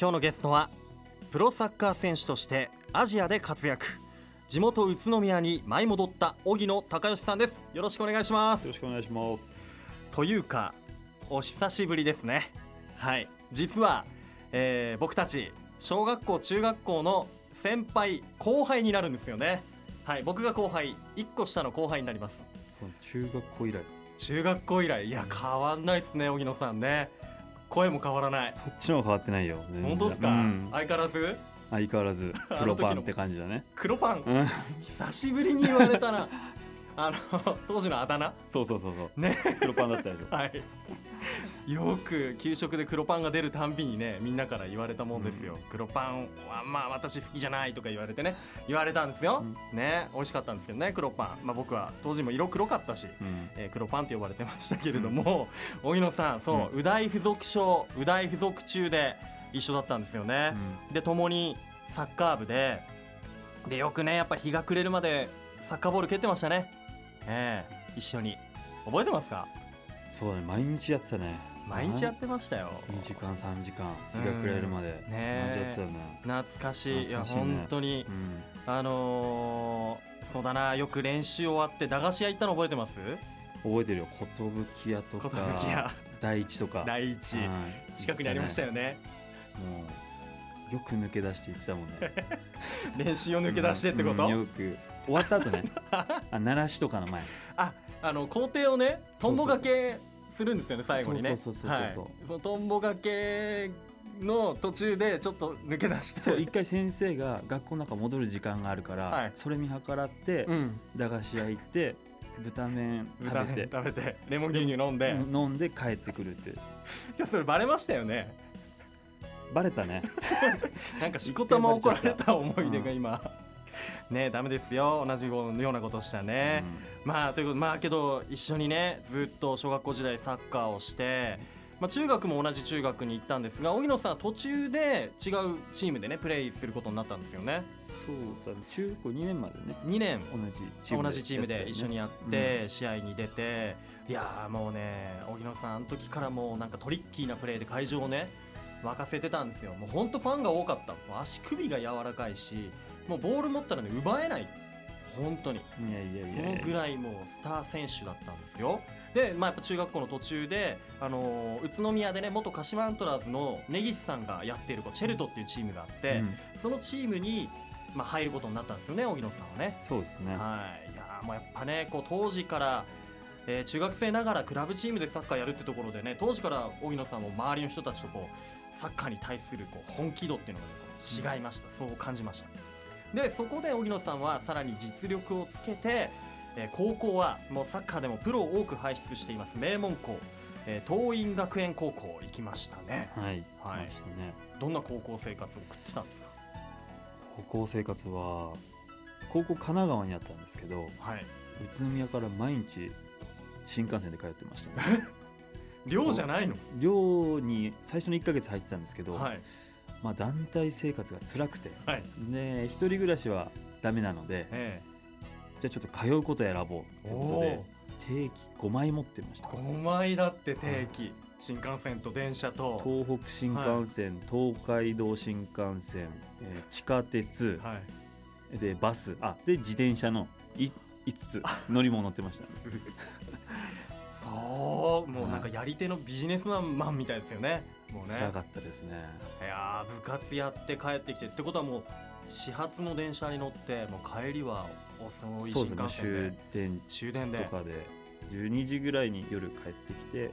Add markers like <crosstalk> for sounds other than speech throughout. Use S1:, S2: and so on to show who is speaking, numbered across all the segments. S1: 今日のゲストはプロサッカー選手としてアジアで活躍地元宇都宮に舞い戻った荻野隆義さんですよろしくお願いします
S2: よろしくお願いします
S1: というかお久しぶりですねはい実は、えー僕たち小学校中学校の先輩後輩になるんですよねはい僕が後輩1個下の後輩になります
S2: その中学校以来
S1: 中学校以来いや変わんないですね荻野さんね声も変わらない
S2: そっちの方が変わってないよ全然
S1: 本当ですか、
S2: うん
S1: 相変わらず
S2: 相変わらず
S1: <laughs> あの時の
S2: プロパンって感じだね
S1: 黒パン
S2: うん
S1: 久しぶりに言われたな <laughs> あの当時のあだ名
S2: そうそうそうそう
S1: ね
S2: プロパンだったでしょ
S1: はいよく給食で黒パンが出るたんびにねみんなから言われたもんですよ、黒パンはまあ私好きじゃないとか言われてね言われたんですよ、ね美味しかったんですけどね黒パンまあ僕は当時も色黒かったし、
S2: うん
S1: えー黒パンって呼ばれてましたけれども荻野さんそう、う大附属小う大附属中で一緒だったんですよね、で共にサッカー部ででよくねやっぱ日が暮れるまでサッカーボール蹴ってましたねええ一緒に覚えてますか
S2: そうだね毎日やってたね
S1: 毎日やってましたよ
S2: 2時間3時間日が暮れるまで
S1: うんねえ
S2: 毎日やってたよね
S1: 懐かしいいや
S2: 懐かしいね
S1: 本当に
S2: うん
S1: あのーそうだなよく練習終わって駄菓子屋行ったの覚えてます
S2: 覚えてるよ寿屋と
S1: 寿屋
S2: か第一とか
S1: 第一
S2: はい
S1: 近くにありましたよね
S2: もうよく抜け出して言ってたもんね
S1: 練習を <laughs> 抜け出してってこ
S2: うん
S1: と
S2: よく終わった
S1: <laughs>
S2: 後ねあ鳴らしとかの前
S1: ああの校庭をねトンボがけするんですよね
S2: うそう
S1: 最後にね
S2: そうそうそうそうそう
S1: はいそのトンボがけの途中でちょっと抜け出して
S2: そう一回先生が学校の中戻る時間があるから、
S1: はい
S2: それ見計らって、
S1: <laughs> うん
S2: 駄菓子屋行って豚麺
S1: 豚
S2: 食べ
S1: ね
S2: て
S1: 食べてレモン牛乳飲んで <laughs>
S2: うん飲んで帰ってくるって
S1: いやそれバレましたよ
S2: <laughs>
S1: ね
S2: バレたね
S1: <laughs> なんかしこたま怒られた思い出が今 <laughs> ねえダメですよ同じようなことしたね、まあということまあけど一緒にねずっと小学校時代サッカーをして、まあ、中学も同じ中学に行ったんですが荻野さんは途中で違うチームでねプレイすることになったんですよね
S2: うんそうだね中学2年までね
S1: 2年
S2: 同じチーム
S1: 同じチームで一緒に
S2: や
S1: やって、試合に出ていやーもうね荻野さんあの時からもうなんかトリッキーなプレーで会場をね沸かせてたんですよもうほんとファンが多かったもう足首が柔らかいしもうボール持ったらね奪えない本当に
S2: ってたよねいやい
S1: そ
S2: やい
S1: の
S2: や
S1: ぐらいもうスター選手だったんですよ。で、まあ、やっぱ中学校の途中で、あのー宇都宮でね元鹿島アントラーズの根岸さんがやっているこうチェルトっていうチームがあって、
S2: うん
S1: そのチームに、まあ、入ることになったんですよね荻野さんはね。
S2: そうですね
S1: はい、いやーもうやっぱねこう当時から、えー中学生ながらクラブチームでサッカーやるってところでね当時から荻野さんも周りの人たちとこうサッカーに対するこう本気度っていうのがねこう違いました、そう感じましたでそこで荻野さんはさらに実力をつけて、えー高校はもうサッカーでもプロを多く輩出しています名門校、えー桐蔭学園高校行きましたね
S2: はい、
S1: はい
S2: 来ましたね
S1: どんな高校生活を送ってたんですか
S2: 高校生活は高校神奈川にあったんですけど宇
S1: はい
S2: 都宮から毎日新幹線で通ってましたね
S1: <laughs> 寮じゃないの
S2: 寮に最初の1ヶ月入ってたんですけど、
S1: はい
S2: まあ、団体生活が辛くて
S1: はい
S2: で一人暮らしはダメなので
S1: え
S2: じゃあちょっと通うことを選ぼう
S1: え
S2: ということで定期5枚持ってました
S1: 5枚だって定期、新幹線と電車と、
S2: 東北新幹線、東海道新幹線、えー地下鉄、
S1: はい、
S2: でバスあで自転車の5つ乗り物乗ってましたね
S1: そうもうなんかやり手のビジネスマンマンみたいですよねもうね
S2: 辛かったですね
S1: いやー部活やって帰ってきてってことはもう始発の電車に乗ってもう帰りは遅い
S2: そう
S1: 新
S2: ですね
S1: 幹線で、終
S2: 終電
S1: 電で
S2: とかで12時ぐらいに夜帰ってきて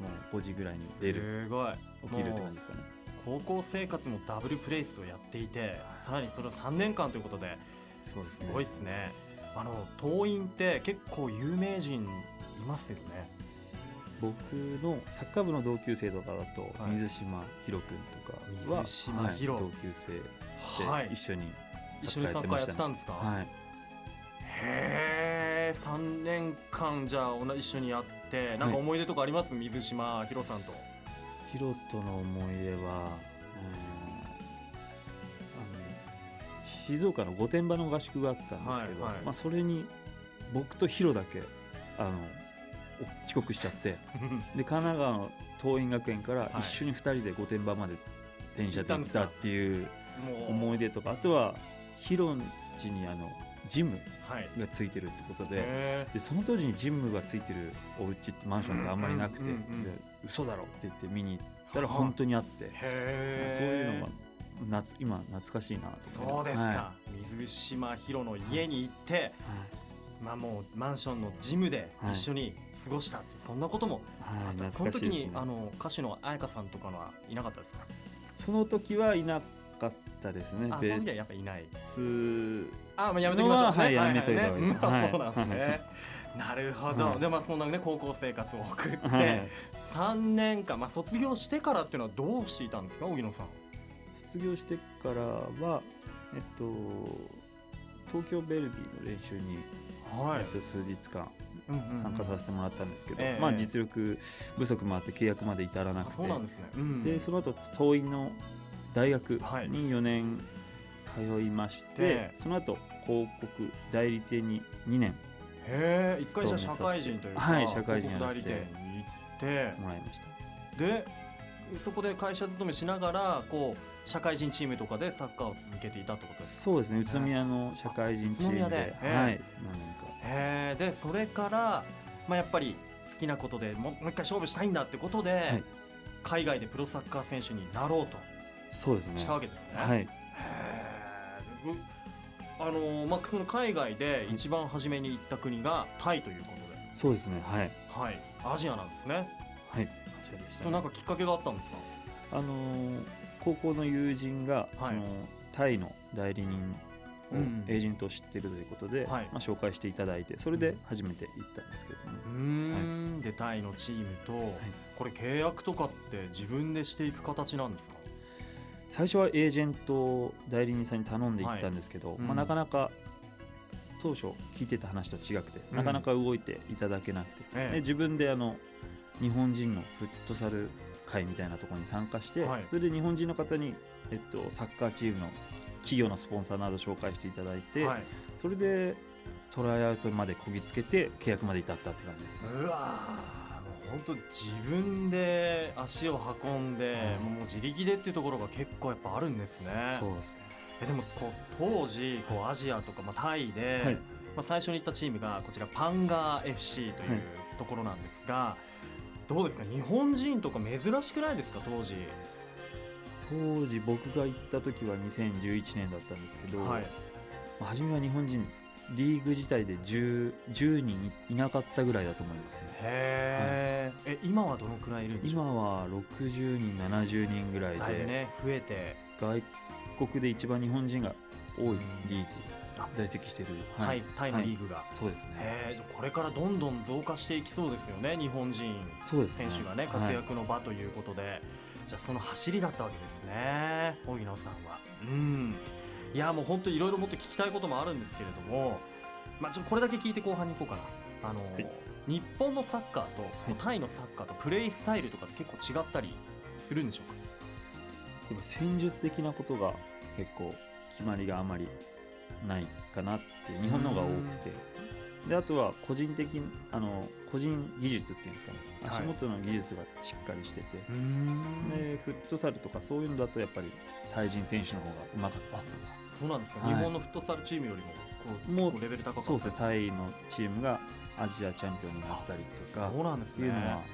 S2: もう5時ぐらいに出る
S1: すごい
S2: 起きるって感じですかね
S1: 高校生活もダブルプレイスをやっていてさらにそれを3年間ということで
S2: そうです
S1: す
S2: ね
S1: ごいですねあの党員って結構有名人いますよね
S2: 僕のサッカー部の同級生とかだと
S1: はい
S2: 水島ひろ君とかは、
S1: 水島ひろ
S2: はい同級
S1: は
S2: 生で
S1: い
S2: 一緒に
S1: 一緒にサッカーやってた
S2: ね
S1: んですか、
S2: はい
S1: へえ3年間じゃあ同じ一緒にやってなんか思い出とかあります、水島ひろさんと
S2: ひろとの思い出はうんあの静岡の御殿場の合宿があったんですけど、
S1: はいはい
S2: まあ、それに僕とひろだけあのお遅刻しちゃってで神奈川の桐蔭学園から一緒に2人で御殿場まで電車で行ったっていう
S1: もう
S2: 思い出とかあとは広地にあのジム
S1: はい
S2: がついてるってことで、
S1: へ
S2: でその当時にジムがついてるお家ってマンションってあんまりなく
S1: う
S2: て、
S1: んうんうんうん
S2: で嘘だろって言って見に行ったら
S1: はあ
S2: 本当にあって、まあ
S1: え
S2: そういうのが夏今懐かしいなと
S1: そうですか、
S2: は
S1: 水島ヒロの家に行って、まあ、もうマンションのジムで一緒に過ごしたって、そんなことも
S2: いはい
S1: あったそ
S2: 懐
S1: の
S2: かし
S1: 時
S2: い
S1: に
S2: ですね
S1: あの歌手の彩香さんとかのはいなかったですか
S2: その時はいなかったですね
S1: あそ
S2: ベ
S1: の
S2: ー
S1: 時はやっぱいない
S2: ス
S1: あ、まあ、やめときましょう、ね、
S2: はいやめといた方がいいです
S1: ははねうん
S2: はい
S1: そうなんですね、なるほど、
S2: はい
S1: でまあそんなね高校生活を送って、
S2: はい
S1: 3年間、まあ、卒業してからっていうのはどうしていたんですか荻野さん
S2: 卒業してからはえっと東京ヴェルディの練習に、
S1: は
S2: えっと、数日間
S1: うんうんうん
S2: 参加させてもらったんですけど、
S1: ええ
S2: まあ、
S1: ええ
S2: 実力不足もあって契約まで至らな
S1: あ
S2: くて
S1: そうなんですね、うん
S2: でその後桐蔭の大学に
S1: はい
S2: 4年通いまして、
S1: ええ
S2: その後広告代理店に2年
S1: へえ一回じゃあ社会人というか、
S2: はい社会人
S1: 広告代理店に行
S2: もらいました
S1: ってでそこで会社勤めしながらこう社会人チームとかでサッカーを続けていたってことです
S2: そうですね宇都宮の社会人チームで
S1: あ宇都宮でええ
S2: はい
S1: へえでそれから、まあ、やっぱり好きなことでももう一回勝負したいんだってことで、
S2: い
S1: 海外でプロサッカー選手になろうと
S2: そうですね
S1: したわけですね、
S2: はい
S1: へーうあのーまあ、その海外で一番初めに行った国がタイということで、
S2: そうですねはい
S1: はい、アジアなんですね。
S2: はいこちらでし
S1: そ
S2: たね
S1: れなんかきっかけがあったんですか。
S2: あのー高校の友人が、
S1: はい
S2: そのタイの代理人を
S1: うん
S2: エージェントを知ってるということで、
S1: はい
S2: まあ、紹介していただいてそれで初めて行ったんですけども、
S1: うーん、でタイのチームと、これ契約とかって自分でしていく形なんですか。
S2: 最初はエージェント代理人さんに頼んで行ったんですけど、
S1: いうん
S2: まあ、なかなか当初聞いてた話と違くて、
S1: うん
S2: なかなか動いていただけなくて、
S1: ええ
S2: で自分であの日本人のフットサル会みたいなところに参加して、
S1: はい
S2: それで日本人の方に、えっと、サッカーチームの企業のスポンサーなど紹介していただいて、
S1: はい、
S2: それでトライアウトまでこぎつけて契約まで至ったって感じですね。
S1: うわー、もう本当自分で足を運んで、
S2: はい
S1: もう自力でっていうところが結構やっぱあるんです
S2: そ
S1: ね。
S2: うですね
S1: えでもこう当時こうアジアとかまあタイで、
S2: はい
S1: まあ最初に行ったチームがこちらパンガー FC という
S2: はい
S1: ところなんですが。どうですか日本人とか珍しくないですか当時、
S2: 当時僕が行った時は2011年だったんですけど、
S1: はい、
S2: まあ初めは日本人リーグ自体で 10, 10人いなかったぐらいだと思いますね
S1: へーえ今はどのくらいいるんでしょう
S2: 今は60人70人ぐらい
S1: だい
S2: で、
S1: ぶね増えて
S2: 外国で一番日本人が多いリーグ
S1: あ
S2: 在籍してる、
S1: タイタイのリーグが、
S2: そうですね
S1: へーこれからどんどん増加していきそうですよね日本人
S2: そうですね
S1: 選手がね
S2: はい
S1: 活躍の場ということで、じゃあその走りだったわけですね荻野さんはうんいやもう本当いろいろもっと聞きたいこともあるんですけれどもまあちょっとこれだけ聞いて後半に行こうかなあの、
S2: い
S1: 日本のサッカーとタイのサッカーとプレイスタイルとかって結構違ったりするんでしょうか
S2: でも戦術的なことが結構決まりがあまりないかなって日本の方が多くてであとは個人的にあの個人技術っていうんですかね
S1: はい
S2: 足元の技術がしっかりしてて、
S1: うーん
S2: でフットサルとかそういうのだとやっぱり対人選手の方がうまかったとか
S1: そうなんですか、
S2: はい
S1: 日本のフットサルチームよりもこう
S2: もう
S1: 結構レベル高かった
S2: そうですねタイのチームがアジアチャンピオンになったりとか
S1: そうなんです
S2: ってい
S1: ね
S2: うのは、はい、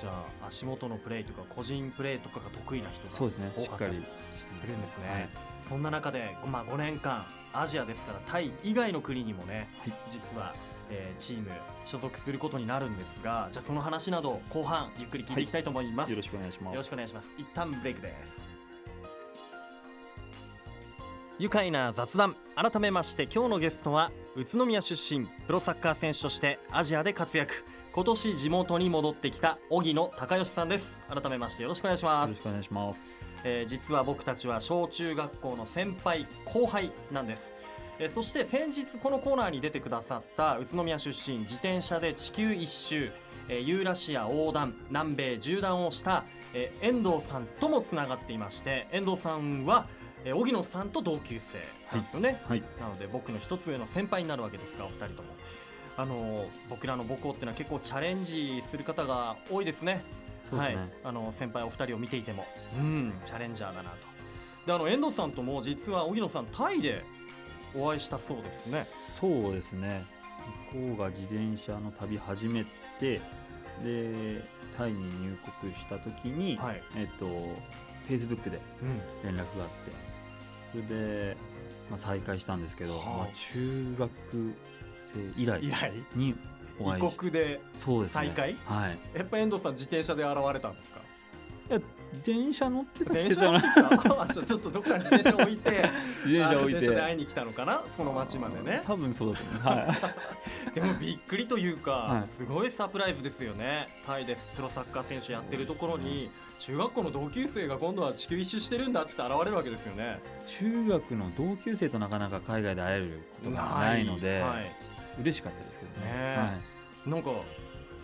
S1: じゃあ足元のプレーとか個人プレーとかが得意な人が
S2: そうですね
S1: 多
S2: しっ
S1: か
S2: か
S1: た
S2: りしてま
S1: す
S2: す
S1: るんですね、
S2: はい
S1: そんな中で、まあ、5年間アジアですからタイ以外の国にもね、
S2: はい
S1: 実は、えーチーム所属することになるんですがじゃあその話など後半ゆっくり聞いていきたいと思います、
S2: よろしくお願いします
S1: よろしくお願いします一旦ブレイクです愉快な雑談改めまして今日のゲストは宇都宮出身プロサッカー選手としてアジアで活躍今年地元に戻ってきた荻野孝義さんです改めましてよろしくお願いしま
S2: よろ
S1: す
S2: しくお願いします
S1: えー実は僕たちは小中学校の先輩後輩なんです、えーそして先日このコーナーに出てくださった宇都宮出身自転車で地球一周、えーユーラシア横断南米縦断をした、えー遠藤さんともつながっていまして遠藤さんはえー荻野さんと同級生なんですよね、
S2: はい
S1: なので僕の一つ上の先輩になるわけですがお二人ともあのー僕らの母校ってのは結構チャレンジする方が多いですね
S2: そうですね
S1: はい、あの先輩お二人を見ていても、うん、チャレンジャーだなとであの遠藤さんとも実は荻野さんタイでお会いしたそうですね
S2: そうですね向こうが自転車の旅始めてでタイに入国した時に、
S1: はい、
S2: えっとフェイスブックで
S1: う
S2: 連絡があってそれで、まあ、再会したんですけど、
S1: はあ
S2: まあ、中学生以来
S1: ん、以来
S2: にお会い
S1: 異
S2: して
S1: 国で
S2: そうですね
S1: 再会
S2: はい
S1: やっぱ遠藤さん自転車で現れたんですか
S2: いや電車乗ってた
S1: 電
S2: 人じ
S1: 車乗
S2: ゃな
S1: っ
S2: い
S1: てたあちょちょっとどっかに自転車置いて
S2: <laughs> 自転車置い
S1: あ
S2: て
S1: 電車で会いに来たのかなその町までね
S2: 多分そうだと思うはい
S1: でもびっくりというか、
S2: はい
S1: すごいサプライズですよねタイでプロサッカー選手やってるところに、中学校の同級生が今度は地球一周してるんだっつって現れるわけですよね
S2: 中学の同級生となかなか海外で会えることがないので、
S1: はい
S2: 嬉しかったですけど
S1: ね
S2: ね
S1: えなんか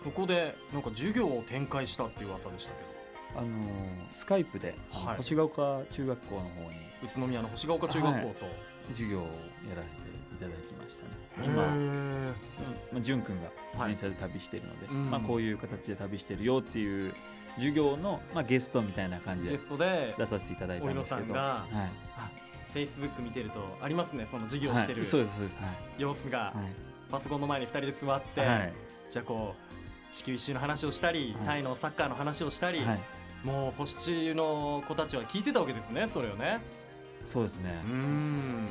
S1: そこでなんか授業を展開したっていう噂でしたけ
S2: はい、あのースカイプで、
S1: はい
S2: 星ヶ丘中学校の方に
S1: ど宇都宮の星ヶ丘中学校と、
S2: 授業をやらせていただきましたね
S1: へ
S2: 今、うん
S1: ー
S2: まあ、淳君が自転車で旅しているので、
S1: はいうん
S2: まあ、こういう形で旅してるよっていう授業の、まあ、ゲストみたいな感じ
S1: ゲ
S2: で
S1: ストで
S2: 出させていただいた
S1: お
S2: んですけ
S1: いのさん
S2: ど、
S1: が
S2: はい
S1: フェイスブック見てるとありますねその授業
S2: は
S1: してる
S2: い、そうですそうです
S1: 様子が、
S2: はい、
S1: パソコンの前に2人で座って、
S2: はいはい
S1: じゃあこう地球一周の話をしたり、
S2: はい
S1: タイのサッカーの話をしたり、
S2: はい、
S1: もう星中の子たちは聞いてたわけですねそれをね
S2: そうですね
S1: う、ーん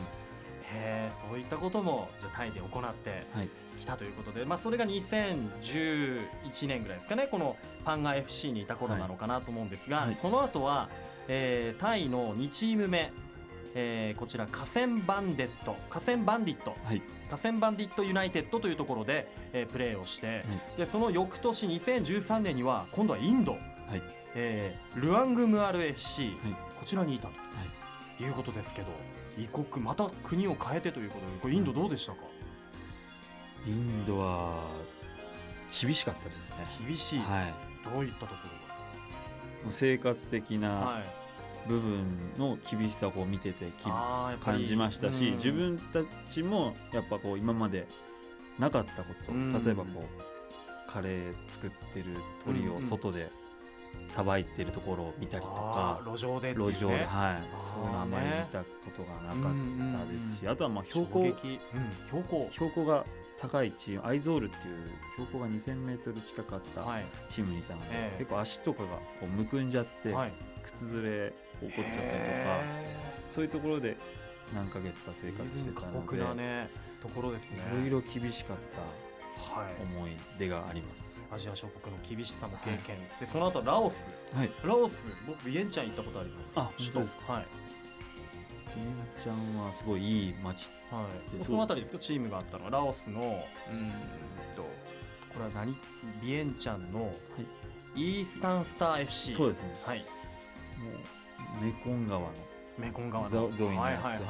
S1: へえそういったこともじゃあタイで行って
S2: はい、
S1: きたということで、まあ、それが2011年ぐらいですかねこのパンガ FC にいた頃なのかなと思うんですが、
S2: はい
S1: その後は、えータイの2チーム目、えーこちら河川バンデット河川バンディット
S2: はい、
S1: 河川バンディットユナイテッドというところで、えープレーをして、でその翌年2013年には今度はインド、
S2: はい
S1: えールアングムアル FC、
S2: はい
S1: こちらにいたということですけど異国また国を変えてということでこれインドどうでしたか、
S2: インドは厳しかったですね。
S1: 厳しい、
S2: はい、
S1: どういったとこ
S2: もう生活的
S1: ろが、
S2: な
S1: はい、
S2: 部分の厳しさをこう見ててき
S1: あーやっぱり
S2: 感じましたし、
S1: うん
S2: 自分たちもやっぱこう今までなかったこと、
S1: うん
S2: 例えばこうカレー作ってる鳥
S1: う
S2: を
S1: んうん
S2: 外でさばいてるところを見たりと
S1: あ
S2: か
S1: ー、路上でっていうね
S2: 路上で、はい、
S1: あー
S2: そういうのあまり見たことがなかったですし、
S1: う
S2: あとはまあ標
S1: 衝
S2: 高
S1: 撃うん、標高
S2: 標高が高いチームアイゾールっていう標高が 2000m 近かった、
S1: はい
S2: チームにいたので、
S1: ええ
S2: 結構足とかがこうむくんじゃって、
S1: はい
S2: 靴ずれ起こっちゃったりとか
S1: へ
S2: そういうところで何ヶ月か生
S1: ー
S2: 活してた
S1: 過
S2: の
S1: 酷
S2: で
S1: なねところですね
S2: いろいろ厳しかった
S1: はい
S2: 思い出があります。
S1: アジア諸国の厳しさも経験、でその後ラオス
S2: はい、
S1: ラオス僕ビエンチャン行ったことあります
S2: あ
S1: 首
S2: 本
S1: 都
S2: 当です
S1: はい、
S2: ピンちゃんはすごいいい街
S1: はい、
S2: で
S1: そのあたりですかチームがあったのはラオスのうーんとこれは何ビエンチャンのイースタンスター FC
S2: そうですね
S1: はい
S2: もうメコン川の
S1: メコン川の
S2: ゾゾーンに
S1: はい
S2: なって
S1: はいはい、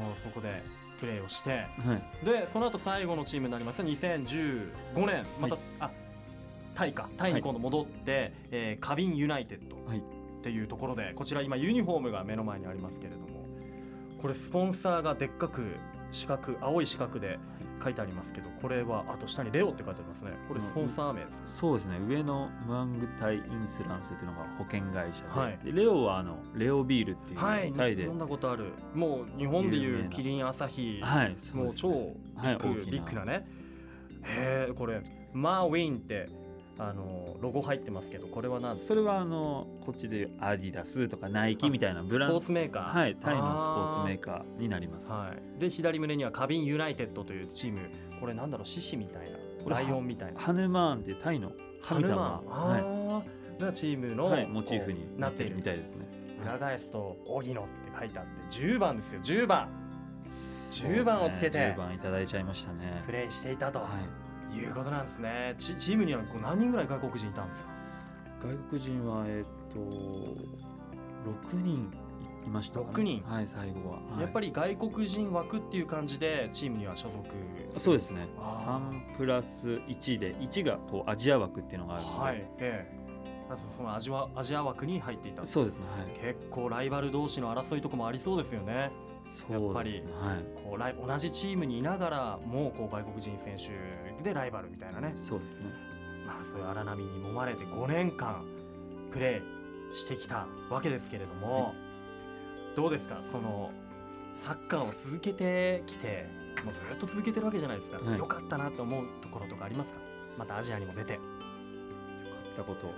S2: は
S1: もうそこでプレーをして
S2: いはい
S1: でその後最後のチームになります2015年また、
S2: はい
S1: あタイかタイに今度戻って、えーカビンユナイテッド
S2: はい
S1: っていうところでこちら今ユニフォームが目の前にありますけれどもこれスポンサーがでっかく四角青い四角で書いてありますけどこれはあと下にレオって書いてありますねこれスポンサー名ですか、
S2: そうですね上のムアングタイ・インスランスというのが保険会社で,、
S1: はい
S2: でレオはあのレオビールっていう、
S1: はい
S2: タイで
S1: 飲んだことあるもう日本でい
S2: 有
S1: う
S2: 名な
S1: キリン朝日、
S2: はい
S1: もう超ビ
S2: はい
S1: ッグ、
S2: 大きな
S1: ビッグなねへえこれマーウィンってあのロゴ入ってますけどこれは何ですか
S2: それはあのこっちでアディダスとかナイキみたいなブ
S1: ス
S2: ラン
S1: ポ
S2: ド
S1: ーツメーカー
S2: はいタイのスポーツメー
S1: カ
S2: カーになります、
S1: はい、で左胸にはカビンユナイテッドというチームこれなんだろう獅子みたいな
S2: これ
S1: ライオンみたいな
S2: ハヌマーンってタイの神
S1: ハ
S2: 様
S1: ヌ
S2: は
S1: マンあーがチーム
S2: い、
S1: の、
S2: はい、モチーフ
S1: こ
S2: に
S1: うな
S2: な
S1: っ
S2: ってて
S1: い
S2: るみ
S1: る
S2: たいですね
S1: 裏返すと「荻野」って書いてあって10番ですよ10番
S2: そうですね
S1: 番をつけて
S2: 10番いただいちゃいましたね
S1: プレーしていたと
S2: はい
S1: いうことなんですね、チチームにはこう何人ぐらい外国人いたんですか
S2: 外国人はえっと6人いましたかね
S1: 六人
S2: はい最後は、はい
S1: やっぱり外国人枠っていう感じでチームには所属
S2: そうですね
S1: あ
S2: 3プラス1で1がこうアジア枠っていうのがあるので、
S1: はいええまずそのアジアアジア枠に入っていた
S2: そうですねはい
S1: 結構ライバル同士の争いとかもありそうですよねやっ
S2: そ
S1: ぱ
S2: うで
S1: り
S2: すねはい
S1: こうライ同じチームにいながらもうこう外国人選手でライバルみたいなね
S2: そうですね
S1: まあ、そういう荒波に揉まれて5年間プレーしてきたわけですけれども、どうですかそのサッカーを続けてきてもうずっと続けてるわけじゃないですか、良
S2: はい
S1: よかったなと思うところとかありますかまたアジアにも出て
S2: 行ったこと、
S1: はい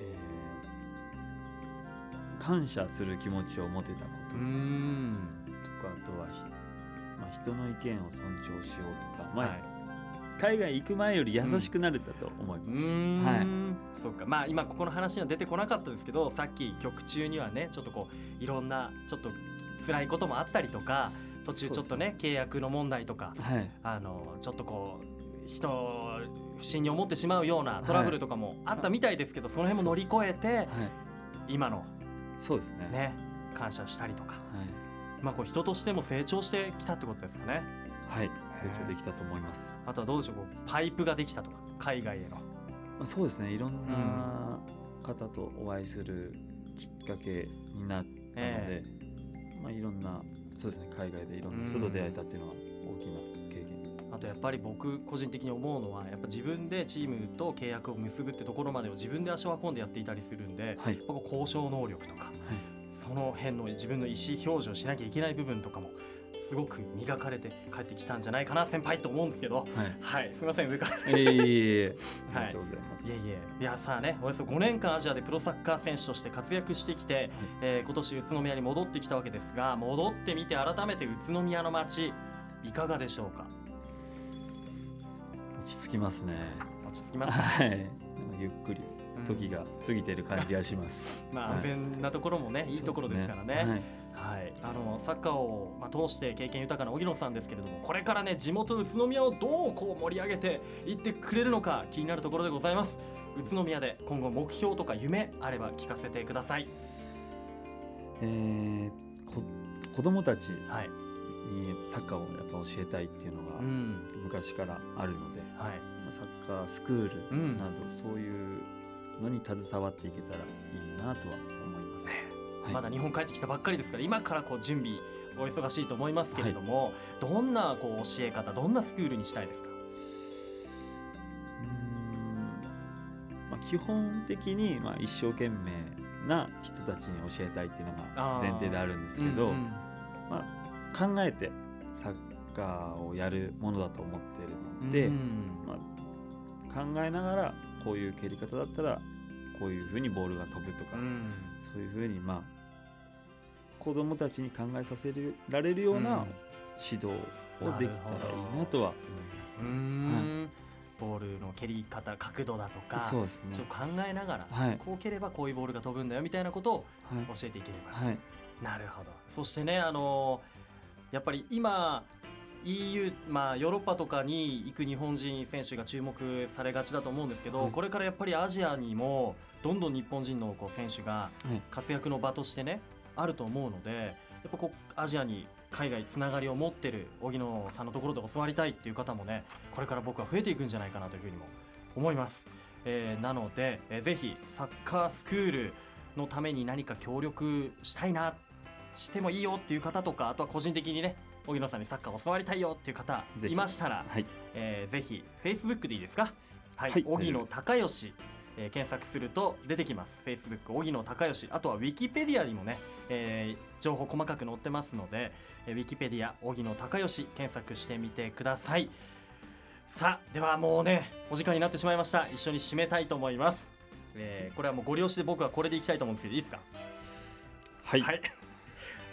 S2: えー感謝する気持ちを持てたこ
S1: うーん
S2: ととかあとはひ、まあ、人の意見を尊重しようとか、まあ
S1: はい
S2: 海外行く前より優しくなれたと思いうます、
S1: ーん、
S2: はい
S1: そうかまあ今ここの話には出てこなかったですけどさっき曲中にはねちょっとこういろんなちょっと辛いこともあったりとか途中ちょっとね契約の問題とか
S2: はい
S1: あのちょっとこう人を不審に思ってしまうようなトラブルとかもあったみたいですけど、その辺も乗り越えて
S2: はい
S1: 今の
S2: そうですね
S1: ね感謝したりとか、
S2: は
S1: まあ、こう人としても成長してきたってことですかね
S2: い、はい、成長できたと思います、
S1: あとはどうでしょうこうパイプができたとか海外への
S2: まあ、そうですねいろんな方とお会いするきっかけになったので、
S1: え
S2: まあ、いろんなそうですね海外でいろんな人と出会えたっていうのは大きな経験
S1: あとやっぱり僕個人的に思うのはやっぱ自分でチームと契約を結ぶってところまでを自分で足を運んでやっていたりするんでやっ
S2: はい
S1: ぱこう交渉能力とか、その辺の自分の意思表示をしなきゃいけない部分とかもすごく磨かれて帰ってきたんじゃないかな先輩と思うんですけど
S2: はい
S1: はいすいません上からい
S2: えいえいえいえあ
S1: はい
S2: りがとうございます、
S1: えいえいやさあねおよそ5年間アジアでプロサッカー選手として活躍してきて、えー今年宇都宮に戻ってきたわけですが戻ってみて改めて宇都宮の街いかがでしょうか
S2: 落ち着きますね
S1: 落ち着きます <laughs>
S2: はいなんかゆっくり
S1: うん
S2: 時が過ぎてる感じがします、
S1: まあ、
S2: はい
S1: 安全なところもね、 <laughs> いいところですからね。
S2: そうです
S1: はい、あのサッカーを、まあ、通して経験豊かな荻野さんですけれども、これからね、地元宇都宮をどうこう盛り上げていってくれるのか、気になるところでございます。宇都宮で今後目標とか夢あれば聞かせてください。
S2: はい、えーこ子供たち
S1: はい、
S2: にサッカーをやっぱ教えたいっていうのが
S1: うん、
S2: 昔からあるので、
S1: はい、
S2: まあサッカースクー
S1: う
S2: ル
S1: ん
S2: などそういうのに携わっていけたらいいなとは思います。はい
S1: まだ日本帰ってきたばっかりですから、今からこう準備お忙しいと思いますけれども、どんなこう教え方、どんなスクールにしたいですか。
S2: うーんまあ、基本的にまあ一生懸命な人たちに教えたいっていうの
S1: あ
S2: が
S1: ー
S2: 前提であるんですけど、
S1: うんうん
S2: まあ、考えてサッカーをやるものだと思っているので、
S1: うん
S2: まあ、考えながらこういう蹴り方だったらこういうふうにボールが飛ぶと
S1: う
S2: か、
S1: ん
S2: そういうふうにまあ子供たちに考えさせるられるよう
S1: う
S2: なん指導をできたらいいなとは思います
S1: うー。んボールの蹴り方角度だとか
S2: そうですね
S1: ちょっ。と考えながら、
S2: はい
S1: こう蹴ればこういうボールが飛ぶんだよみたいなことを
S2: はい。
S1: 教えていければ、
S2: はい。
S1: なるほどそしてねあのーやっぱり今 EU、まあ、ヨーロッパとかに行く日本人選手が注目されがちだと思うんですけど、
S2: はい
S1: これからやっぱりアジアにもどんどん日本人のこう選手が
S2: はい
S1: 活躍の場としてねあると思うのでやっぱこうアジアに海外つながりを持ってる荻野さんのところで教わりたいっていう方もねこれから僕は増えていくんじゃないかなというふうにも思います、えーなので、えーぜひサッカースクールのために何か協力したいなしてもいいよっていう方とかあとは個人的にね荻野さんにサッカーを教わりたいよっていう方
S2: ぜひ
S1: いましたら
S2: はい。
S1: えーぜひ Facebook でいいですかはい
S2: はい
S1: 荻野
S2: 大丈夫です
S1: 高義、えー検索すると出てきます Facebook 荻野高義あとは Wikipedia にもね、えー情報細かく載ってますので、えー、Wikipedia 荻野高義検索してみてくださいさあではもうねお時間になってしまいました一緒に締めたいと思います、えーこれはもうご了承で僕はこれでいきたいと思うんですけどいいですか
S2: はい。
S1: はい、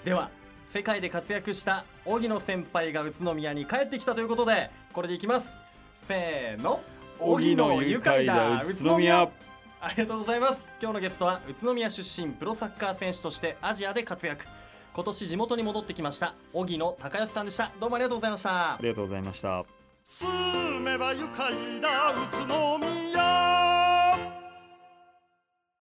S1: では世界で活躍した荻野先輩が宇都宮に帰ってきたということでこれでいきますせーの荻野愉快だ宇都宮ありがとうございます今日のゲストは宇都宮出身プロサッカー選手としてアジアで活躍今年地元に戻ってきました荻野隆康さんでしたどうもありがとうございました
S2: ありがとうございました。
S3: 住めば愉快だ宇都宮